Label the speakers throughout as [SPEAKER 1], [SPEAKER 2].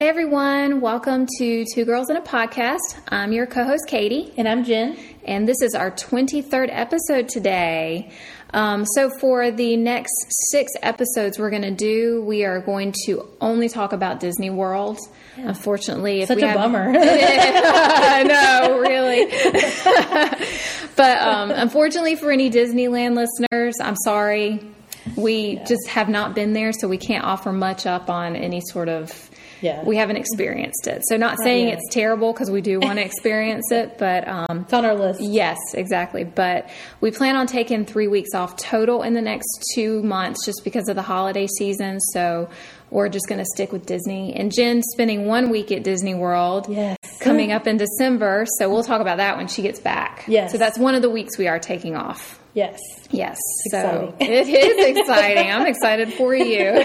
[SPEAKER 1] Hey everyone, welcome to Two Girls in a Podcast. I'm your co host Katie,
[SPEAKER 2] And I'm Jen.
[SPEAKER 1] and this is our 23rd episode today. Um, so, for the next six episodes we're going to do, we are going to only talk about Disney World. Unfortunately, if
[SPEAKER 2] Such
[SPEAKER 1] we
[SPEAKER 2] a
[SPEAKER 1] have-
[SPEAKER 2] bummer.
[SPEAKER 1] I know, really. but um, unfortunately, for any Disneyland listeners, I'm sorry. We just have not been there, so we can't offer much up on any sort of.
[SPEAKER 2] Yeah.
[SPEAKER 1] We haven't experienced it. So, not saying
[SPEAKER 2] yet.
[SPEAKER 1] it's terrible because we do want to experience it, but um,
[SPEAKER 2] it's on our list.
[SPEAKER 1] yes, exactly. But we plan on taking three weeks off total in the next two months just because of the holiday season. So, we're just going to stick with Disney. And Jen spending one week at Disney World
[SPEAKER 2] Yes.
[SPEAKER 1] coming up in December. So we'll talk about that when she gets back.
[SPEAKER 2] Yes.
[SPEAKER 1] So that's one of the weeks we are taking off.
[SPEAKER 2] Yes.
[SPEAKER 1] Yes. So
[SPEAKER 2] Exciting.
[SPEAKER 1] it is exciting. I'm excited for you.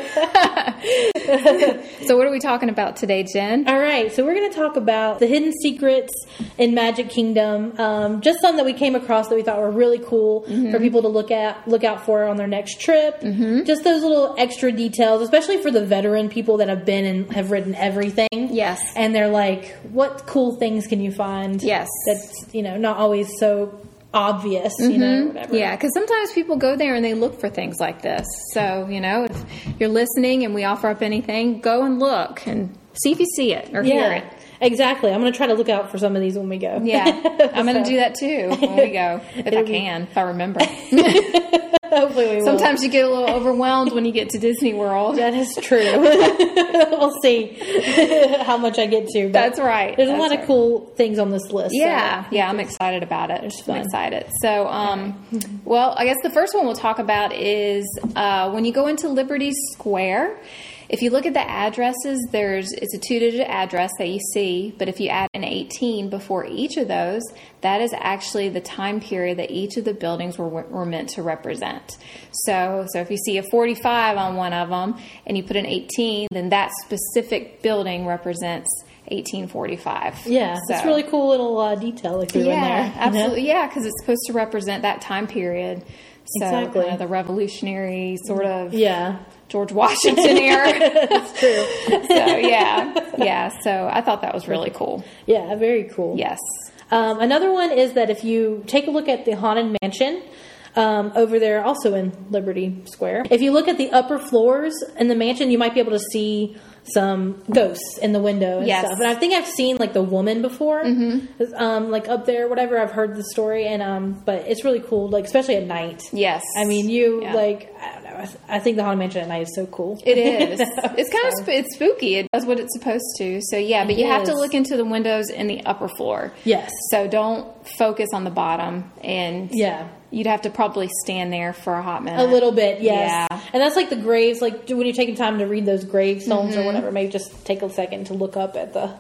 [SPEAKER 1] so what are we talking about today, Jen?
[SPEAKER 2] All right. So we're going to talk about the hidden secrets in Magic Kingdom. Um, just some that we came across that we thought were really cool
[SPEAKER 1] Mm-hmm.
[SPEAKER 2] for people to look at, look out for on their next trip. Just those little extra details, especially for the veteran people that have been and have ridden everything.
[SPEAKER 1] Yes.
[SPEAKER 2] And they're like, what cool things can you find?
[SPEAKER 1] Yes.
[SPEAKER 2] That's you know not always so obvious. You know, whatever.
[SPEAKER 1] Mm-hmm. Yeah, because sometimes people go there and they look for things like this. So, you know, if you're listening and we offer up anything, go and look and see if you see it or hear it.
[SPEAKER 2] Yeah. Exactly. I'm going to try to look out for some of these when we go.
[SPEAKER 1] Yeah, I'm going to
[SPEAKER 2] So,
[SPEAKER 1] do that too when we go, if I
[SPEAKER 2] It'll be-
[SPEAKER 1] can, if I remember.
[SPEAKER 2] Hopefully we will.
[SPEAKER 1] Sometimes you get a little overwhelmed when you get to Disney World.
[SPEAKER 2] That is true. we'll see how much I get to. But
[SPEAKER 1] That's right.
[SPEAKER 2] There's a
[SPEAKER 1] That's
[SPEAKER 2] lot
[SPEAKER 1] right.
[SPEAKER 2] of cool things on this list. so-
[SPEAKER 1] Yeah, yeah, I'm excited about it. I'm
[SPEAKER 2] fun.
[SPEAKER 1] excited. So, um, well, I guess the first one we'll talk about is uh, when you go into Liberty Square. If you look at the addresses, there's it's a two-digit address that you see, but if you add an 18 before each of those, that is actually the time period that each of the buildings were, were meant to represent. So, so if you see a 45 on one of them and you put an 18, then that specific building represents 1845.
[SPEAKER 2] Yeah. It's
[SPEAKER 1] So-
[SPEAKER 2] really cool little uh, detail if you're in there.
[SPEAKER 1] yeah,
[SPEAKER 2] you know?
[SPEAKER 1] absolutely. Yeah, because it's supposed to represent that time period. So
[SPEAKER 2] Exactly. Mm-hmm.
[SPEAKER 1] kind of the revolutionary sort of
[SPEAKER 2] Yeah.
[SPEAKER 1] George Washington era.
[SPEAKER 2] That's true.
[SPEAKER 1] so yeah, yeah. So I thought that was really cool.
[SPEAKER 2] Yeah. Very cool.
[SPEAKER 1] Yes.
[SPEAKER 2] Um, another one is that if you take a look at the Haunted Mansion um, over there, also in Liberty Square, if you look at the upper floors in the mansion, you might be able to see some ghosts in the window and
[SPEAKER 1] Yes. Mm-hmm.
[SPEAKER 2] stuff. And I think I've seen like the woman before, um, like up there, whatever. I've heard the story, and um, but it's really cool, like especially at night.
[SPEAKER 1] Yes.
[SPEAKER 2] I mean, you
[SPEAKER 1] Yeah.
[SPEAKER 2] like I don't know. I, th- I think the Haunted Mansion at night is so cool.
[SPEAKER 1] It is. It's kind of sp- it's spooky. It does what it's supposed to. So yeah, but you have to
[SPEAKER 2] is.
[SPEAKER 1] look into the windows in the upper floor.
[SPEAKER 2] Yes.
[SPEAKER 1] So don't focus on the bottom, and
[SPEAKER 2] Yeah.
[SPEAKER 1] you'd have to probably stand there for a hot minute.
[SPEAKER 2] A little bit, yes.
[SPEAKER 1] Yeah.
[SPEAKER 2] And that's like the graves, like when you're taking time to read those gravestones
[SPEAKER 1] Mm-hmm.
[SPEAKER 2] or whatever, maybe just take a second to look up at the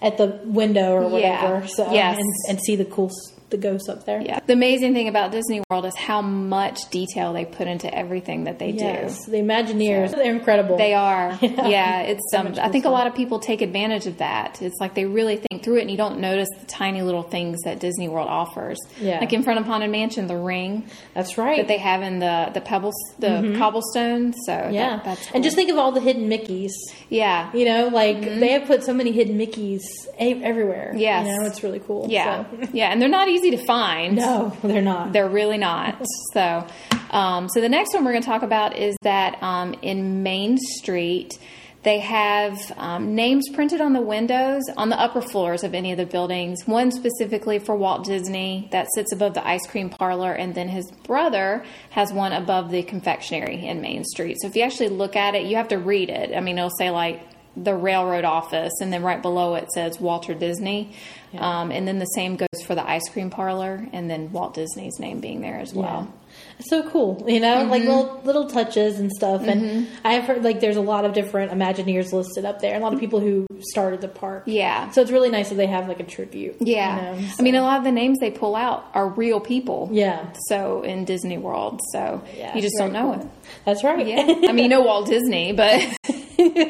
[SPEAKER 2] at the window or
[SPEAKER 1] Yeah.
[SPEAKER 2] whatever. So
[SPEAKER 1] Yes.
[SPEAKER 2] and, and see the cool s- the ghosts up there.
[SPEAKER 1] Yeah. The amazing thing about Disney World is how much detail they put into everything that they do.
[SPEAKER 2] Yes. The Imagineers, they're incredible.
[SPEAKER 1] They are. Yeah, it's um I think a
[SPEAKER 2] fun.
[SPEAKER 1] lot of people take advantage of that. It's like they really think through it and you don't notice the tiny little things that Disney World offers.
[SPEAKER 2] Yeah.
[SPEAKER 1] Like in front of Haunted Mansion, the ring
[SPEAKER 2] That's right.
[SPEAKER 1] that they have in the the pebbles the cobblestone. So that-
[SPEAKER 2] Mm-hmm. yeah.
[SPEAKER 1] that's
[SPEAKER 2] And just think of all the hidden Mickeys.
[SPEAKER 1] yeah.
[SPEAKER 2] You know, like they have put so many hidden Mickeys e- everywhere.
[SPEAKER 1] Mm-hmm. Yes.
[SPEAKER 2] You know, it's really cool.
[SPEAKER 1] Yeah.
[SPEAKER 2] So-
[SPEAKER 1] Yeah, and they're not easy to find.
[SPEAKER 2] No, they're not.
[SPEAKER 1] They're really not. So, um, so the next one we're going to talk about is that um, in Main Street, they have um, names printed on the windows on the upper floors of any of the buildings. One specifically for Walt Disney that sits above the ice cream parlor, and then his brother has one above the confectionery in Main Street. So if you actually look at it, you have to read it. I mean, it'll say like the railroad office, and then right below it says Walter Disney. Um, and then the same goes for the ice cream parlor, and then Walt Disney's name being there as well.
[SPEAKER 2] so cool you know like
[SPEAKER 1] Mm-hmm.
[SPEAKER 2] little little touches and stuff and i've heard like there's a lot of different imagineers listed up there and a lot of people who started the park
[SPEAKER 1] Yeah.
[SPEAKER 2] so it's really nice that they have like a tribute
[SPEAKER 1] Yeah.
[SPEAKER 2] you know,
[SPEAKER 1] I mean, a lot of the names they pull out are real people.
[SPEAKER 2] Yeah.
[SPEAKER 1] So in Disney World. So
[SPEAKER 2] Yeah,
[SPEAKER 1] you just
[SPEAKER 2] very
[SPEAKER 1] don't know
[SPEAKER 2] cool. that's right
[SPEAKER 1] it. Yeah. I mean, you know Walt Disney, but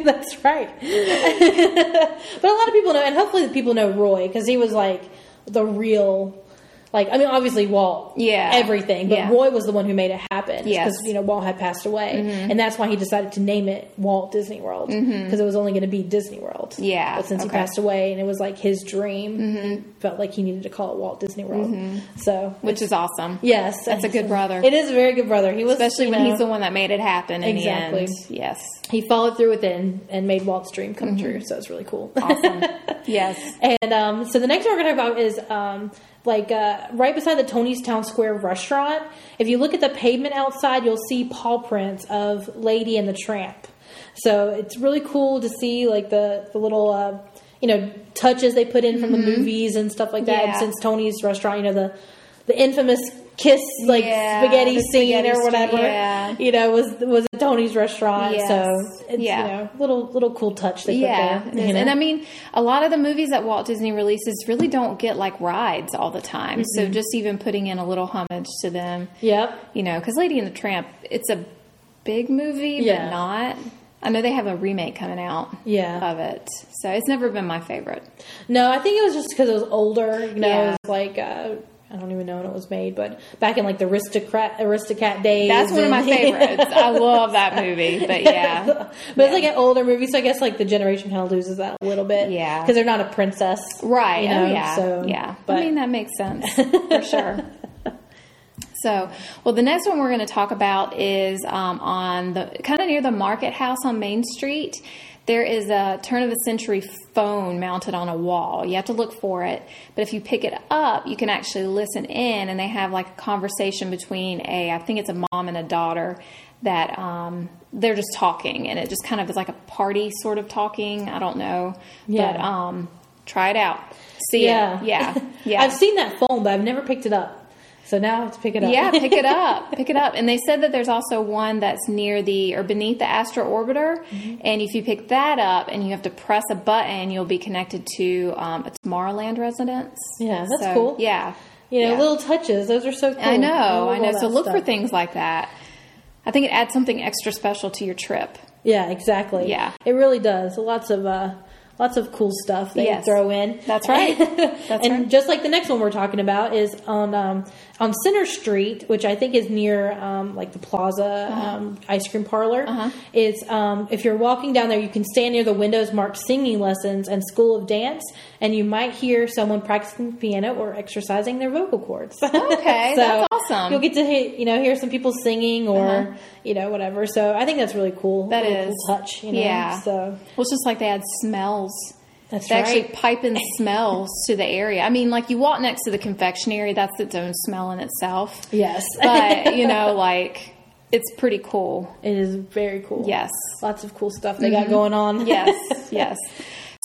[SPEAKER 2] that's right but a lot of people know and hopefully the people know roy because he was like the real like I mean, obviously Walt,
[SPEAKER 1] Yeah.
[SPEAKER 2] everything, but
[SPEAKER 1] Yeah.
[SPEAKER 2] Roy was the one who made it
[SPEAKER 1] Yes.
[SPEAKER 2] happen.
[SPEAKER 1] Mm-hmm.
[SPEAKER 2] because you know Walt had passed away, and that's why he decided to name it Walt Disney World because it was only going to be Disney World.
[SPEAKER 1] Yeah,
[SPEAKER 2] but since
[SPEAKER 1] okay. Mm-hmm.
[SPEAKER 2] he passed away and it was like his dream, he felt like he needed to call it Walt Disney World. So
[SPEAKER 1] which is awesome.
[SPEAKER 2] yes,
[SPEAKER 1] Mm-hmm. That's a good brother.
[SPEAKER 2] It is a very good brother. He was
[SPEAKER 1] Especially
[SPEAKER 2] you
[SPEAKER 1] when
[SPEAKER 2] know,
[SPEAKER 1] he's the one that made it happen in
[SPEAKER 2] Exactly.
[SPEAKER 1] the end. Yes.
[SPEAKER 2] he followed through with it and, and made Walt's dream come
[SPEAKER 1] Mm-hmm.
[SPEAKER 2] true. So it's really cool.
[SPEAKER 1] Awesome. yes.
[SPEAKER 2] And um, so the next one we're going to talk about is um, like uh, right beside the Tony's Town Square restaurant. If you look at the pavement outside, you'll see paw prints of Lady and the Tramp. So it's really cool to see like the the little uh, you know touches they put in from the movies and stuff like that.
[SPEAKER 1] Mm-hmm. Yeah.
[SPEAKER 2] And since Tony's restaurant, you know the the infamous kiss like
[SPEAKER 1] Yeah,
[SPEAKER 2] spaghetti
[SPEAKER 1] the
[SPEAKER 2] scene
[SPEAKER 1] spaghetti
[SPEAKER 2] or
[SPEAKER 1] scene,
[SPEAKER 2] whatever
[SPEAKER 1] yeah.
[SPEAKER 2] you know was was at Tony's restaurant.
[SPEAKER 1] Yes.
[SPEAKER 2] So it's,
[SPEAKER 1] Yeah.
[SPEAKER 2] you know little little cool touch they
[SPEAKER 1] Yeah,
[SPEAKER 2] put
[SPEAKER 1] it
[SPEAKER 2] there.
[SPEAKER 1] is.
[SPEAKER 2] you know?
[SPEAKER 1] and I mean, a lot of the movies that Walt Disney releases really don't get like rides all the time. So
[SPEAKER 2] Mm-hmm.
[SPEAKER 1] just even putting in a little homage to them,
[SPEAKER 2] yep.
[SPEAKER 1] you know, because Lady and the Tramp, it's a big movie,
[SPEAKER 2] Yeah.
[SPEAKER 1] but not. I know they have a remake coming out
[SPEAKER 2] Yeah.
[SPEAKER 1] of it, so it's never been my favorite.
[SPEAKER 2] No, I think it was just because it was older. You know,
[SPEAKER 1] Yeah.
[SPEAKER 2] it was like uh, I don't even know when it was made, but back in like the aristocrat aristocrat days.
[SPEAKER 1] That's one of my
[SPEAKER 2] and-
[SPEAKER 1] favorites. I love that movie, but yeah,
[SPEAKER 2] but it's like an older movie, so I guess like the generation kind of loses that a little bit.
[SPEAKER 1] Yeah.
[SPEAKER 2] because they're not a princess,
[SPEAKER 1] right?
[SPEAKER 2] you know,
[SPEAKER 1] oh yeah,
[SPEAKER 2] So
[SPEAKER 1] yeah.
[SPEAKER 2] but
[SPEAKER 1] I mean, that makes sense for sure. So, well, the next one we're going to talk about is um, on the kind of near the market house on Main Street. There is a turn of the century phone mounted on a wall. You have to look for it, but if you pick it up, you can actually listen in, and they have like a conversation between a, I think it's a mom and a daughter that um, they're just talking, and it just kind of is like a party sort of talking. I don't know,
[SPEAKER 2] Yeah.
[SPEAKER 1] but um, try it out, see
[SPEAKER 2] yeah,
[SPEAKER 1] it, yeah, yeah.
[SPEAKER 2] I've seen that phone, but I've never picked it up. So now I have to pick it up.
[SPEAKER 1] Yeah, pick it up. Pick it up. And they said that there's also one that's near the or beneath the Astro Orbiter.
[SPEAKER 2] Mm-hmm.
[SPEAKER 1] And if you pick that up and you have to press a button, you'll be connected to um, a Tomorrowland residence.
[SPEAKER 2] Yeah, that's cool.
[SPEAKER 1] Yeah.
[SPEAKER 2] you know,
[SPEAKER 1] yeah.
[SPEAKER 2] little touches. Those are so cool.
[SPEAKER 1] I know,
[SPEAKER 2] love
[SPEAKER 1] I
[SPEAKER 2] all
[SPEAKER 1] know.
[SPEAKER 2] that
[SPEAKER 1] So look for
[SPEAKER 2] stuff.
[SPEAKER 1] things like that. I think it adds something extra special to your trip.
[SPEAKER 2] Yeah, exactly.
[SPEAKER 1] Yeah.
[SPEAKER 2] it really does. Lots of uh, lots of cool stuff they
[SPEAKER 1] Yes.
[SPEAKER 2] throw in.
[SPEAKER 1] That's right. That's
[SPEAKER 2] and
[SPEAKER 1] right.
[SPEAKER 2] just like the next one we're talking about is on um, on Center Street, which I think is near um, like the Plaza
[SPEAKER 1] Uh-huh.
[SPEAKER 2] um, ice cream parlor. It's um, if you're walking down there, you can stand near the windows marked singing lessons and school of dance, and you might hear someone practicing piano or exercising their vocal cords.
[SPEAKER 1] Okay, that's awesome.
[SPEAKER 2] You'll get to hear, you know hear some people singing or you know whatever. So I think that's really cool.
[SPEAKER 1] Uh-huh. That
[SPEAKER 2] That is
[SPEAKER 1] is.
[SPEAKER 2] touch. You know?
[SPEAKER 1] Yeah.
[SPEAKER 2] So
[SPEAKER 1] Well, it's just like they add smells.
[SPEAKER 2] That's
[SPEAKER 1] they actually
[SPEAKER 2] right.
[SPEAKER 1] pipe in smells to the area. I mean, like you walk next to the confectionery, that's its own smell in itself.
[SPEAKER 2] yes,
[SPEAKER 1] but you know, like it's pretty cool.
[SPEAKER 2] it is very cool.
[SPEAKER 1] Yes.
[SPEAKER 2] Lots of cool stuff they
[SPEAKER 1] Mm-hmm.
[SPEAKER 2] got going on.
[SPEAKER 1] Yes, yes.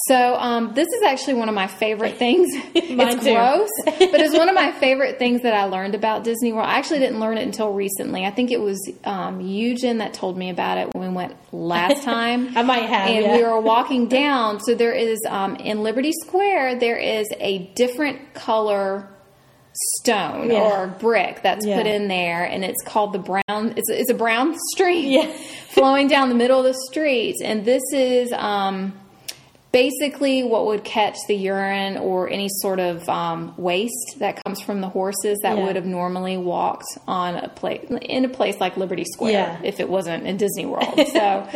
[SPEAKER 1] So um, this is actually one of my favorite things.
[SPEAKER 2] Mine
[SPEAKER 1] it's
[SPEAKER 2] too.
[SPEAKER 1] gross, but it's one of my favorite things that I learned about Disney World. I actually didn't learn it until recently. I think it was um, Eugen that told me about it when we went last time.
[SPEAKER 2] I might have,
[SPEAKER 1] And
[SPEAKER 2] yeah.
[SPEAKER 1] we were walking down. So there is um, in Liberty Square there is a different color stone
[SPEAKER 2] Yeah.
[SPEAKER 1] or brick that's
[SPEAKER 2] Yeah.
[SPEAKER 1] put in there and it's called the brown it's, it's a brown stream
[SPEAKER 2] Yeah.
[SPEAKER 1] flowing down the middle of the street and this is um, basically what would catch the urine or any sort of um, waste that comes from the horses that
[SPEAKER 2] Yeah.
[SPEAKER 1] would have normally walked on a place in a place like liberty square
[SPEAKER 2] Yeah.
[SPEAKER 1] if it wasn't in disney world so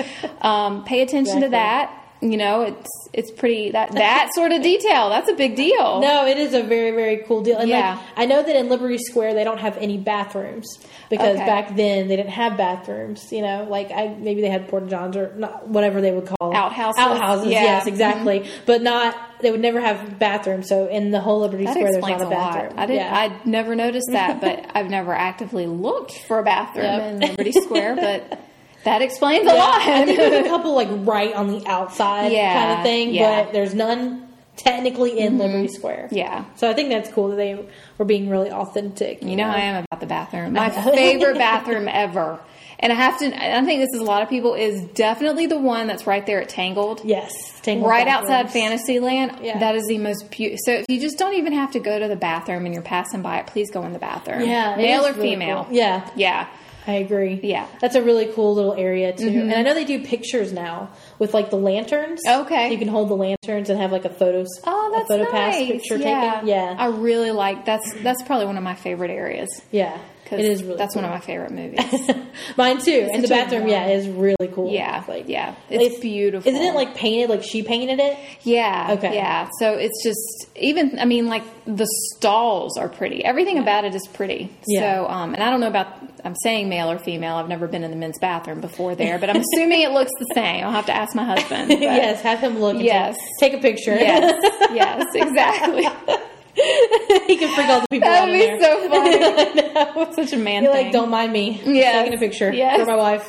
[SPEAKER 1] um, pay attention
[SPEAKER 2] Exactly.
[SPEAKER 1] to that you know it's it's pretty that that sort of detail that's a big deal
[SPEAKER 2] No, it is a very very cool deal. And
[SPEAKER 1] Yeah.
[SPEAKER 2] like, I know that in Liberty Square they don't have any bathrooms because
[SPEAKER 1] Okay.
[SPEAKER 2] back then they didn't have bathrooms. You know, like I maybe they had porta johns or not, whatever they would call it.
[SPEAKER 1] Outhouses.
[SPEAKER 2] Outhouses,
[SPEAKER 1] Yeah. Mm-hmm.
[SPEAKER 2] yes, exactly. But not they would never have bathrooms. So in the whole Liberty
[SPEAKER 1] That
[SPEAKER 2] Square, there's
[SPEAKER 1] explains
[SPEAKER 2] not a
[SPEAKER 1] a lot.
[SPEAKER 2] bathroom.
[SPEAKER 1] I didn't.
[SPEAKER 2] Yeah.
[SPEAKER 1] I never noticed that, but I've never actively looked for a bathroom
[SPEAKER 2] Yep.
[SPEAKER 1] in Liberty Square. But that explains a
[SPEAKER 2] Yeah,
[SPEAKER 1] lot.
[SPEAKER 2] I think there's a couple like right on the outside
[SPEAKER 1] Yeah,
[SPEAKER 2] kind of thing,
[SPEAKER 1] yeah. Mm-hmm.
[SPEAKER 2] but there's none technically in Liberty Square.
[SPEAKER 1] Yeah.
[SPEAKER 2] So I think that's cool that they were being really authentic.
[SPEAKER 1] You know how I am about the bathroom. My favorite bathroom ever. And I have to, I think this is a lot of people, is definitely the one that's right there at Tangled.
[SPEAKER 2] Yes. Tangled
[SPEAKER 1] Right
[SPEAKER 2] bathrooms.
[SPEAKER 1] outside Fantasyland.
[SPEAKER 2] Yeah.
[SPEAKER 1] That is the most beautiful. So if you just don't even have to go to the bathroom and you're passing by it, please go in the bathroom.
[SPEAKER 2] Yeah, it
[SPEAKER 1] Male
[SPEAKER 2] is
[SPEAKER 1] or
[SPEAKER 2] really
[SPEAKER 1] female.
[SPEAKER 2] cool. Yeah.
[SPEAKER 1] Yeah.
[SPEAKER 2] I I agree.
[SPEAKER 1] Yeah. Mm-hmm.
[SPEAKER 2] That's a really cool little area too. And I know they do pictures now with like the lanterns.
[SPEAKER 1] Okay.
[SPEAKER 2] You can hold the lanterns and have like a photo
[SPEAKER 1] Oh,
[SPEAKER 2] a
[SPEAKER 1] that's
[SPEAKER 2] photo
[SPEAKER 1] nice.
[SPEAKER 2] pass picture
[SPEAKER 1] yeah.
[SPEAKER 2] taken. Yeah.
[SPEAKER 1] I really like that's that's probably one of my favorite areas.
[SPEAKER 2] yeah.
[SPEAKER 1] 'cause
[SPEAKER 2] It is really
[SPEAKER 1] that's
[SPEAKER 2] cool.
[SPEAKER 1] one of my favorite movies.
[SPEAKER 2] Mine too. And the
[SPEAKER 1] such a
[SPEAKER 2] bathroom, yeah, is really cool.
[SPEAKER 1] yeah,
[SPEAKER 2] Like
[SPEAKER 1] yeah, it's, beautiful.
[SPEAKER 2] Isn't it like painted like she painted it?
[SPEAKER 1] Yeah.
[SPEAKER 2] Okay.
[SPEAKER 1] Yeah. So it's just even. I mean, like the stalls are pretty. Everything about it is pretty.
[SPEAKER 2] Yeah.
[SPEAKER 1] So, um, and I don't know about. I'm saying male or female. I've never been in the men's bathroom before there, but I'm assuming it looks the same. I'll have to ask my husband. but-
[SPEAKER 2] yes, have him look. and
[SPEAKER 1] Yes.
[SPEAKER 2] Take, take a picture.
[SPEAKER 1] Yes. Yes. Exactly.
[SPEAKER 2] he can freak all the people out
[SPEAKER 1] That'd
[SPEAKER 2] in
[SPEAKER 1] be
[SPEAKER 2] there.
[SPEAKER 1] so funny. Such a man
[SPEAKER 2] You're
[SPEAKER 1] thing.
[SPEAKER 2] like, don't mind me.
[SPEAKER 1] Yes.
[SPEAKER 2] Taking a picture
[SPEAKER 1] Yes.
[SPEAKER 2] for my wife.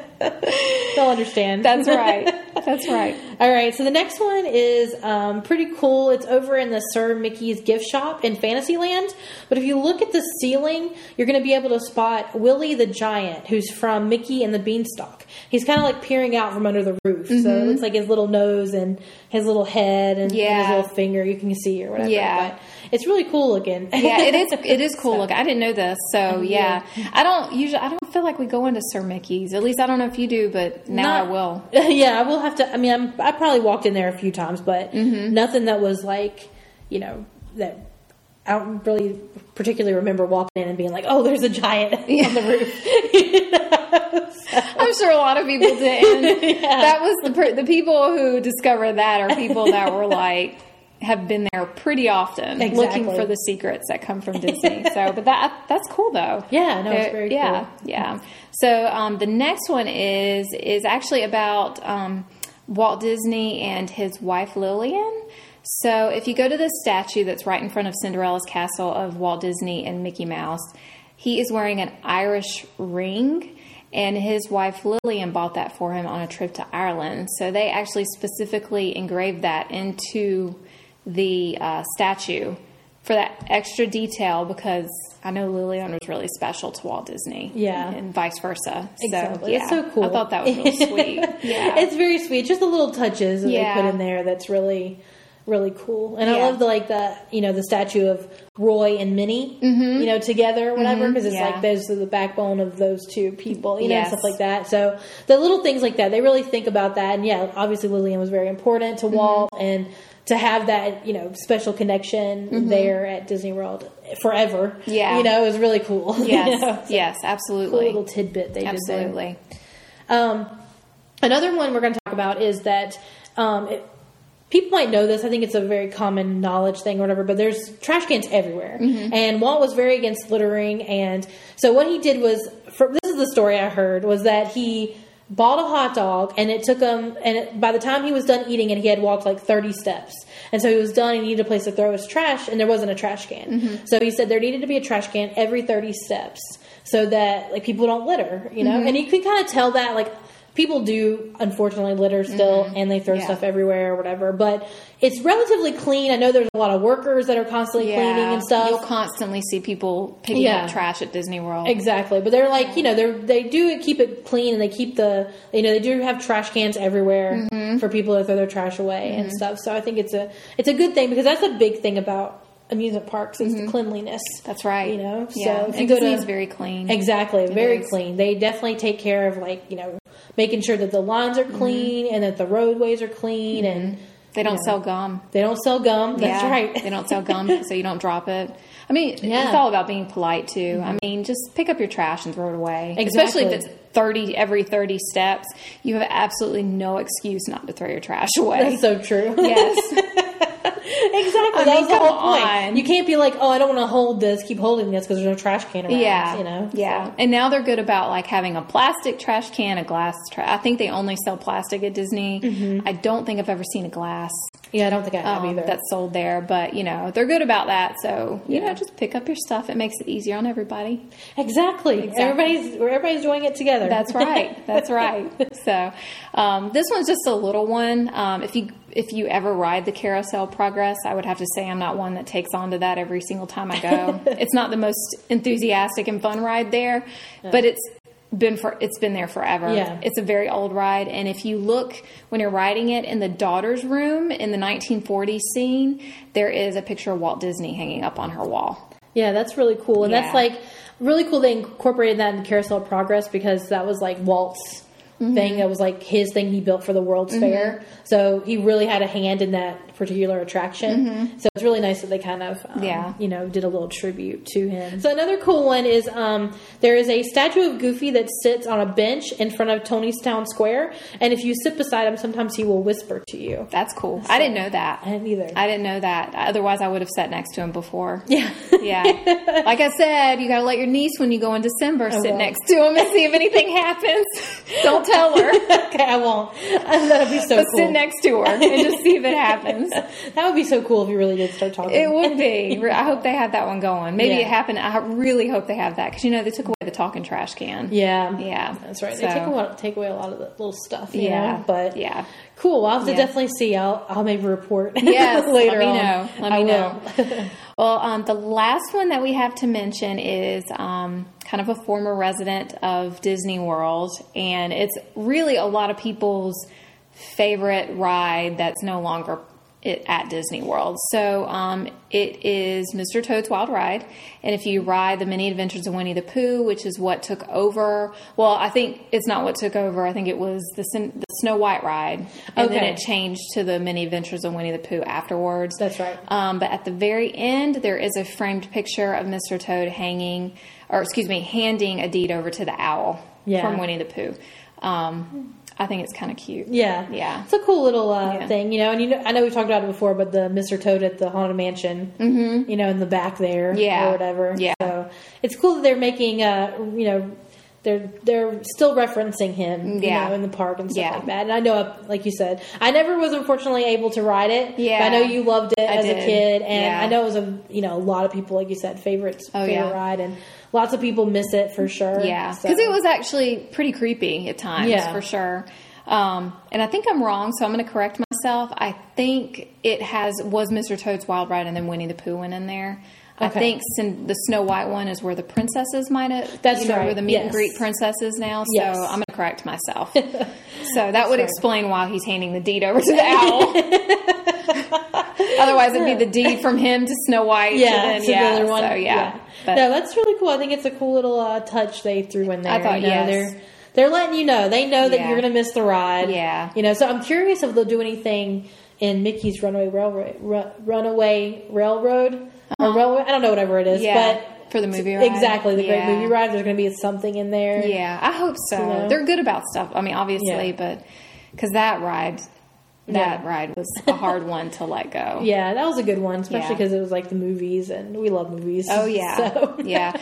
[SPEAKER 2] They'll understand.
[SPEAKER 1] That's right. That's right.
[SPEAKER 2] All right, so the next one is um, pretty cool. It's over in the Sir Mickey's gift shop in Fantasyland. But if you look at the ceiling, you're going to be able to spot Willie the Giant, who's from Mickey and the Beanstalk. He's kind of like peering out from under the roof. So it looks like his little nose and his little head and his
[SPEAKER 1] Mm-hmm. Yeah.
[SPEAKER 2] little finger you can see or whatever.
[SPEAKER 1] Yeah.
[SPEAKER 2] But it's really cool
[SPEAKER 1] Yeah,
[SPEAKER 2] looking.
[SPEAKER 1] it is. It is cool. Look, I didn't know this, so yeah. I don't usually. I don't feel like we go into Sir Mickey's. At least I don't know if you do, but now I
[SPEAKER 2] Not-
[SPEAKER 1] will.
[SPEAKER 2] yeah, I will have to. I mean, I'm, I probably walked in there a few times, but
[SPEAKER 1] Mm-hmm.
[SPEAKER 2] nothing that was like, you know, that I don't really particularly remember walking in and being like, oh, there's a giant on the roof.
[SPEAKER 1] I'm sure a lot of people did. That was the per- the people who discovered that are people that were like have been there pretty often looking
[SPEAKER 2] Exactly.
[SPEAKER 1] for the secrets that come from Disney. So, but that that's cool though.
[SPEAKER 2] Yeah, no, it's
[SPEAKER 1] They're-
[SPEAKER 2] very
[SPEAKER 1] yeah,
[SPEAKER 2] cool.
[SPEAKER 1] yeah. So um, the next one is is actually about um, Walt Disney and his wife Lillian. So if you go to the statue that's right in front of Cinderella's castle of Walt Disney and Mickey Mouse, he is wearing an Irish ring. And his wife Lillian bought that for him on a trip to Ireland. So they actually specifically engraved that into the uh, statue for that extra detail because I know Lillian was really special to Walt Disney.
[SPEAKER 2] Yeah.
[SPEAKER 1] And, vice versa. So,
[SPEAKER 2] Exactly.
[SPEAKER 1] yeah.
[SPEAKER 2] It's so cool.
[SPEAKER 1] I thought that was really sweet. Yeah.
[SPEAKER 2] It's very sweet. Just the little touches that
[SPEAKER 1] Yeah.
[SPEAKER 2] they put in there that's really, really cool. And I
[SPEAKER 1] Yeah.
[SPEAKER 2] love the like the you know the statue of Roy and Minnie, you know, together, or whatever, because it's
[SPEAKER 1] Mm-hmm. yeah.
[SPEAKER 2] like those are the backbone of those two people, you know, and
[SPEAKER 1] Yes.
[SPEAKER 2] stuff like that. So the little things like that, they really think about that. And yeah, obviously Lillian was very important
[SPEAKER 1] Mm-hmm.
[SPEAKER 2] to Walt and. To have that, you know, special connection there at Disney World forever,
[SPEAKER 1] Mm-hmm. Yeah.
[SPEAKER 2] you know, it was really cool. you
[SPEAKER 1] yes.
[SPEAKER 2] know? It's
[SPEAKER 1] yes,
[SPEAKER 2] a
[SPEAKER 1] absolutely.
[SPEAKER 2] little tidbit they did there.
[SPEAKER 1] absolutely.
[SPEAKER 2] Um, another one we're going to talk about is that um, it, people might know this. I think it's a very common knowledge thing or whatever, but there's trash cans everywhere. And Walt was very against littering. And so what he did was, for, this is the story I heard, was that he bought a hot dog and it took him, and it, by the time he was done eating it, he had walked like 30 steps. And so he was done. He needed a place to throw his trash, and there wasn't a trash can. So he said there needed to be a trash can every 30 steps so that like people don't litter, you know? And you can kind of tell that like people do unfortunately litter still and they throw
[SPEAKER 1] Yeah.
[SPEAKER 2] stuff everywhere or whatever, but it's relatively clean. I know there's a lot of workers that are constantly cleaning and stuff.
[SPEAKER 1] You'll constantly see people picking
[SPEAKER 2] Yeah.
[SPEAKER 1] up trash at Disney World.
[SPEAKER 2] Exactly, but they're like you know they they do keep it clean and they keep the you know they do have trash cans everywhere
[SPEAKER 1] Mm-hmm.
[SPEAKER 2] for people to throw their trash away and stuff. So I think it's a it's a good thing because that's a big thing about amusement parks is the cleanliness.
[SPEAKER 1] Mm-hmm. That's right.
[SPEAKER 2] You know,
[SPEAKER 1] yeah.
[SPEAKER 2] so if you
[SPEAKER 1] and
[SPEAKER 2] go
[SPEAKER 1] Disney's
[SPEAKER 2] to
[SPEAKER 1] very clean.
[SPEAKER 2] exactly very
[SPEAKER 1] is.
[SPEAKER 2] clean. They definitely take care of like you know making sure that the lines
[SPEAKER 1] Mm-hmm.
[SPEAKER 2] are clean and that the roadways are clean and
[SPEAKER 1] They don't sell gum.
[SPEAKER 2] they don't sell gum. That's
[SPEAKER 1] Mm-hmm. Yeah,
[SPEAKER 2] right.
[SPEAKER 1] They don't sell gum, so you don't drop it. I mean,
[SPEAKER 2] Yeah. Mm-hmm.
[SPEAKER 1] it's all about being polite too. I mean, just pick up your trash and throw it away. Especially if
[SPEAKER 2] Exactly.
[SPEAKER 1] it's thirty every thirty steps, you have absolutely no excuse not to throw your trash away.
[SPEAKER 2] That's so true.
[SPEAKER 1] yes,
[SPEAKER 2] Exactly.
[SPEAKER 1] I
[SPEAKER 2] that
[SPEAKER 1] mean,
[SPEAKER 2] was the
[SPEAKER 1] come
[SPEAKER 2] whole point.
[SPEAKER 1] on.
[SPEAKER 2] You can't be like, oh, I don't want to hold this, keep holding this because there's no trash can around.
[SPEAKER 1] yeah,
[SPEAKER 2] You know?
[SPEAKER 1] yeah. And now they're good about like having a plastic trash can, a glass. Tra- I think they only sell plastic at Disney. I don't think I've ever seen a glass
[SPEAKER 2] So- yeah, I don't think Mm-hmm. I have
[SPEAKER 1] um,
[SPEAKER 2] either.
[SPEAKER 1] that's sold there, but you know they're good about that. So you know, just pick up your stuff. It makes it easier on everybody.
[SPEAKER 2] exactly. Everybody's everybody's doing it together.
[SPEAKER 1] That's right. That's right. So um, this one's just a little one. Um, if you if you ever ride the Carousel Progress, I would have to say I'm not one that takes on to that every single time I go. it's not the most enthusiastic and fun ride there, but it's been for it's been there forever.
[SPEAKER 2] Yeah.
[SPEAKER 1] It's a very old ride, and if you look when you're riding it in the daughter's room in the 1940s scene, there is a picture of Walt Disney hanging up on her wall.
[SPEAKER 2] yeah, that's really cool. And that's
[SPEAKER 1] Yeah.
[SPEAKER 2] like really cool they incorporated that in the Carousel of Progress because that was like Walt's
[SPEAKER 1] Mm-hmm.
[SPEAKER 2] thing. That was like his thing he built for the World's Fair. So he really had a hand in that particular attraction. So it's really nice that they kind of um,
[SPEAKER 1] Mm-hmm. Yeah.
[SPEAKER 2] you know did a little tribute to him. So another cool one is um, there is a statue of Goofy that sits on a bench in front of Tony's Town Square, and if you sit beside him, sometimes he will whisper to you.
[SPEAKER 1] That's cool. I didn't know that.
[SPEAKER 2] I didn't either.
[SPEAKER 1] I didn't know that. Otherwise, I would have sat next to him before.
[SPEAKER 2] yeah.
[SPEAKER 1] Yeah. like I said, you got to let your niece when you go in December sit
[SPEAKER 2] will.
[SPEAKER 1] next to him and see if anything happens. Don't tell her.
[SPEAKER 2] okay, I won't. That'd be so
[SPEAKER 1] But
[SPEAKER 2] cool.
[SPEAKER 1] sit next to her and just see if it happens.
[SPEAKER 2] that would be so cool if you really did start talking.
[SPEAKER 1] It would be. I hope they have that one going. Maybe
[SPEAKER 2] Yeah.
[SPEAKER 1] it happened. I really hope they have that because you know they took away the talking trash can.
[SPEAKER 2] yeah.
[SPEAKER 1] Yeah.
[SPEAKER 2] That's right.
[SPEAKER 1] So,
[SPEAKER 2] They take, a lot, take away a lot of the little stuff. You
[SPEAKER 1] Yeah.
[SPEAKER 2] Know? But
[SPEAKER 1] Yeah.
[SPEAKER 2] Cool. I'll have to
[SPEAKER 1] Yeah.
[SPEAKER 2] definitely see. I'll, I'll maybe report
[SPEAKER 1] Yes,
[SPEAKER 2] later
[SPEAKER 1] let me
[SPEAKER 2] on.
[SPEAKER 1] know. Let me
[SPEAKER 2] I
[SPEAKER 1] know.
[SPEAKER 2] will.
[SPEAKER 1] well, um, the last one that we have to mention is um, kind of a former resident of Disney World, and it's really a lot of people's favorite ride that's no longer it, at Disney World. So um, it is Mr. Toad's Wild Ride, and if you ride the Many Adventures of Winnie the Pooh, which is what took over, well, I think it's not what took over. I think it was the, Sin- the Snow White ride, and then
[SPEAKER 2] Okay.
[SPEAKER 1] it changed to the Many Adventures of Winnie the Pooh afterwards.
[SPEAKER 2] That's right.
[SPEAKER 1] Um, but at the very end, there is a framed picture of Mr. Toad hanging, or excuse me, handing a deed over to the owl
[SPEAKER 2] Yeah.
[SPEAKER 1] from Winnie the Pooh. Um, I think it's kind of cute.
[SPEAKER 2] Yeah.
[SPEAKER 1] Yeah.
[SPEAKER 2] It's a cool little uh,
[SPEAKER 1] Yeah.
[SPEAKER 2] thing, you know. And you know, I know we've talked about it before, but the Mr. Toad at the Haunted Mansion, mm-hmm. you know, in the back there,
[SPEAKER 1] Yeah.
[SPEAKER 2] or whatever.
[SPEAKER 1] Yeah.
[SPEAKER 2] So it's cool that they're making, uh, you know, they're they're still referencing him, you
[SPEAKER 1] Yeah.
[SPEAKER 2] know, in the park and stuff
[SPEAKER 1] Yeah.
[SPEAKER 2] like that. And I know, uh, like you said, I never was unfortunately able to ride it.
[SPEAKER 1] Yeah.
[SPEAKER 2] But I know you loved it
[SPEAKER 1] I
[SPEAKER 2] as a
[SPEAKER 1] did.
[SPEAKER 2] kid, and
[SPEAKER 1] Yeah.
[SPEAKER 2] I know it was a you know a lot of people, like you said, favorites
[SPEAKER 1] Oh,
[SPEAKER 2] favorite
[SPEAKER 1] yeah.
[SPEAKER 2] ride, and lots of people miss it for sure.
[SPEAKER 1] Yeah,
[SPEAKER 2] So-
[SPEAKER 1] because it was actually pretty creepy at times,
[SPEAKER 2] Yeah.
[SPEAKER 1] for sure. Um, and I think I'm wrong, so I'm going to correct myself. I think it has was Mr. Toad's Wild Ride, and then Winnie the Pooh went in there. I
[SPEAKER 2] Okay.
[SPEAKER 1] think sin, the Snow White one is where the princesses might have.
[SPEAKER 2] That's
[SPEAKER 1] you know,
[SPEAKER 2] right,
[SPEAKER 1] Where the meet and
[SPEAKER 2] yes.
[SPEAKER 1] greet princesses now. So
[SPEAKER 2] Yes.
[SPEAKER 1] I'm going to correct myself. so that would explain why he's handing the deed over to the owl. Otherwise, it'd be the deed from him to Snow White.
[SPEAKER 2] yeah,
[SPEAKER 1] to then,
[SPEAKER 2] to the
[SPEAKER 1] yeah.
[SPEAKER 2] other one.
[SPEAKER 1] So, yeah. But-
[SPEAKER 2] no, that's really cool. I think it's a cool little uh, touch they threw in there.
[SPEAKER 1] I thought,
[SPEAKER 2] you know,
[SPEAKER 1] yes.
[SPEAKER 2] they're they're letting you know they know that
[SPEAKER 1] Yeah.
[SPEAKER 2] you're going to miss the ride.
[SPEAKER 1] Yeah.
[SPEAKER 2] you know. So I'm curious if they'll do anything in Mickey's Runaway Railroad, Ru- Runaway Railroad or Railway. I don't know whatever it is,
[SPEAKER 1] Uh-huh. Yeah,
[SPEAKER 2] but
[SPEAKER 1] for the movie ride.
[SPEAKER 2] exactly the
[SPEAKER 1] Yeah.
[SPEAKER 2] great movie ride. There's going to be something in there.
[SPEAKER 1] Yeah, I hope so.
[SPEAKER 2] You know?
[SPEAKER 1] They're good about stuff. I mean, obviously,
[SPEAKER 2] Yeah.
[SPEAKER 1] but because that ride, that
[SPEAKER 2] Yeah.
[SPEAKER 1] ride was a hard one to let go.
[SPEAKER 2] Yeah, that was a good one, especially
[SPEAKER 1] Yeah.
[SPEAKER 2] because it was like the movies, and we love movies.
[SPEAKER 1] Oh yeah,
[SPEAKER 2] so.
[SPEAKER 1] yeah.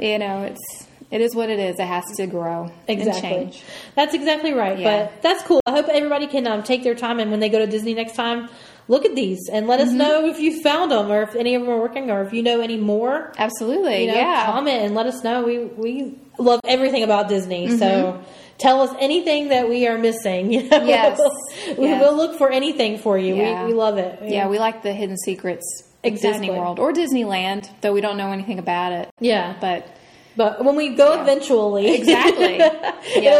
[SPEAKER 1] You know, it's it is what it is. It has to grow and
[SPEAKER 2] Exactly.
[SPEAKER 1] change.
[SPEAKER 2] That's exactly right.
[SPEAKER 1] Yeah.
[SPEAKER 2] But that's cool. I hope everybody can um, take their time and when they go to Disney next time, look at these and let
[SPEAKER 1] Mm-hmm.
[SPEAKER 2] us know if you found them or if any of them are working or if you know any more.
[SPEAKER 1] Absolutely.
[SPEAKER 2] You know,
[SPEAKER 1] yeah.
[SPEAKER 2] Comment and let us know. We we love everything about Disney. So tell us anything that we are missing. You know?
[SPEAKER 1] Mm-hmm. Yes.
[SPEAKER 2] we
[SPEAKER 1] Yes.
[SPEAKER 2] will look for anything for you.
[SPEAKER 1] Yeah.
[SPEAKER 2] We, we love it.
[SPEAKER 1] yeah, we like the hidden secrets. of
[SPEAKER 2] Exactly.
[SPEAKER 1] Disney World or Disneyland, though we don't know anything about it.
[SPEAKER 2] Yeah. But,
[SPEAKER 1] But
[SPEAKER 2] when we go eventually.
[SPEAKER 1] exactly,
[SPEAKER 2] It'll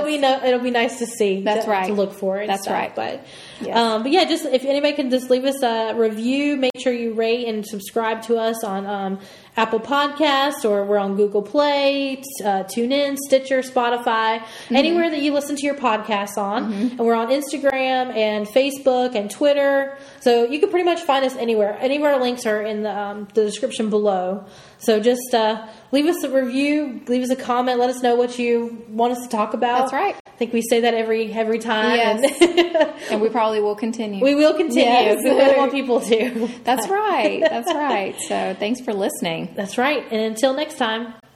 [SPEAKER 1] Yes.
[SPEAKER 2] be no, it'll be nice to see.
[SPEAKER 1] That's
[SPEAKER 2] to,
[SPEAKER 1] right.
[SPEAKER 2] To look for it.
[SPEAKER 1] That's right.
[SPEAKER 2] But
[SPEAKER 1] Yes.
[SPEAKER 2] um, but yeah, just if anybody can just leave us a review, make sure you rate and subscribe to us on um, Apple Podcasts or we're on Google Play, t- uh, TuneIn, Stitcher, Spotify,
[SPEAKER 1] Mm-hmm.
[SPEAKER 2] anywhere that you listen to your podcasts on. And we're on Instagram and Facebook and Twitter. So you can pretty much find us anywhere. Any of our links are in the, um, the description below. So just uh, leave us a review, leave us a comment, let us know what you want us to talk about.
[SPEAKER 1] That's right.
[SPEAKER 2] I think we say that every every time.
[SPEAKER 1] Yes.
[SPEAKER 2] And-
[SPEAKER 1] and we probably will continue.
[SPEAKER 2] we will continue.
[SPEAKER 1] Yes.
[SPEAKER 2] We really want people to.
[SPEAKER 1] That's right. That's right. So thanks for listening.
[SPEAKER 2] That's right. And until next time,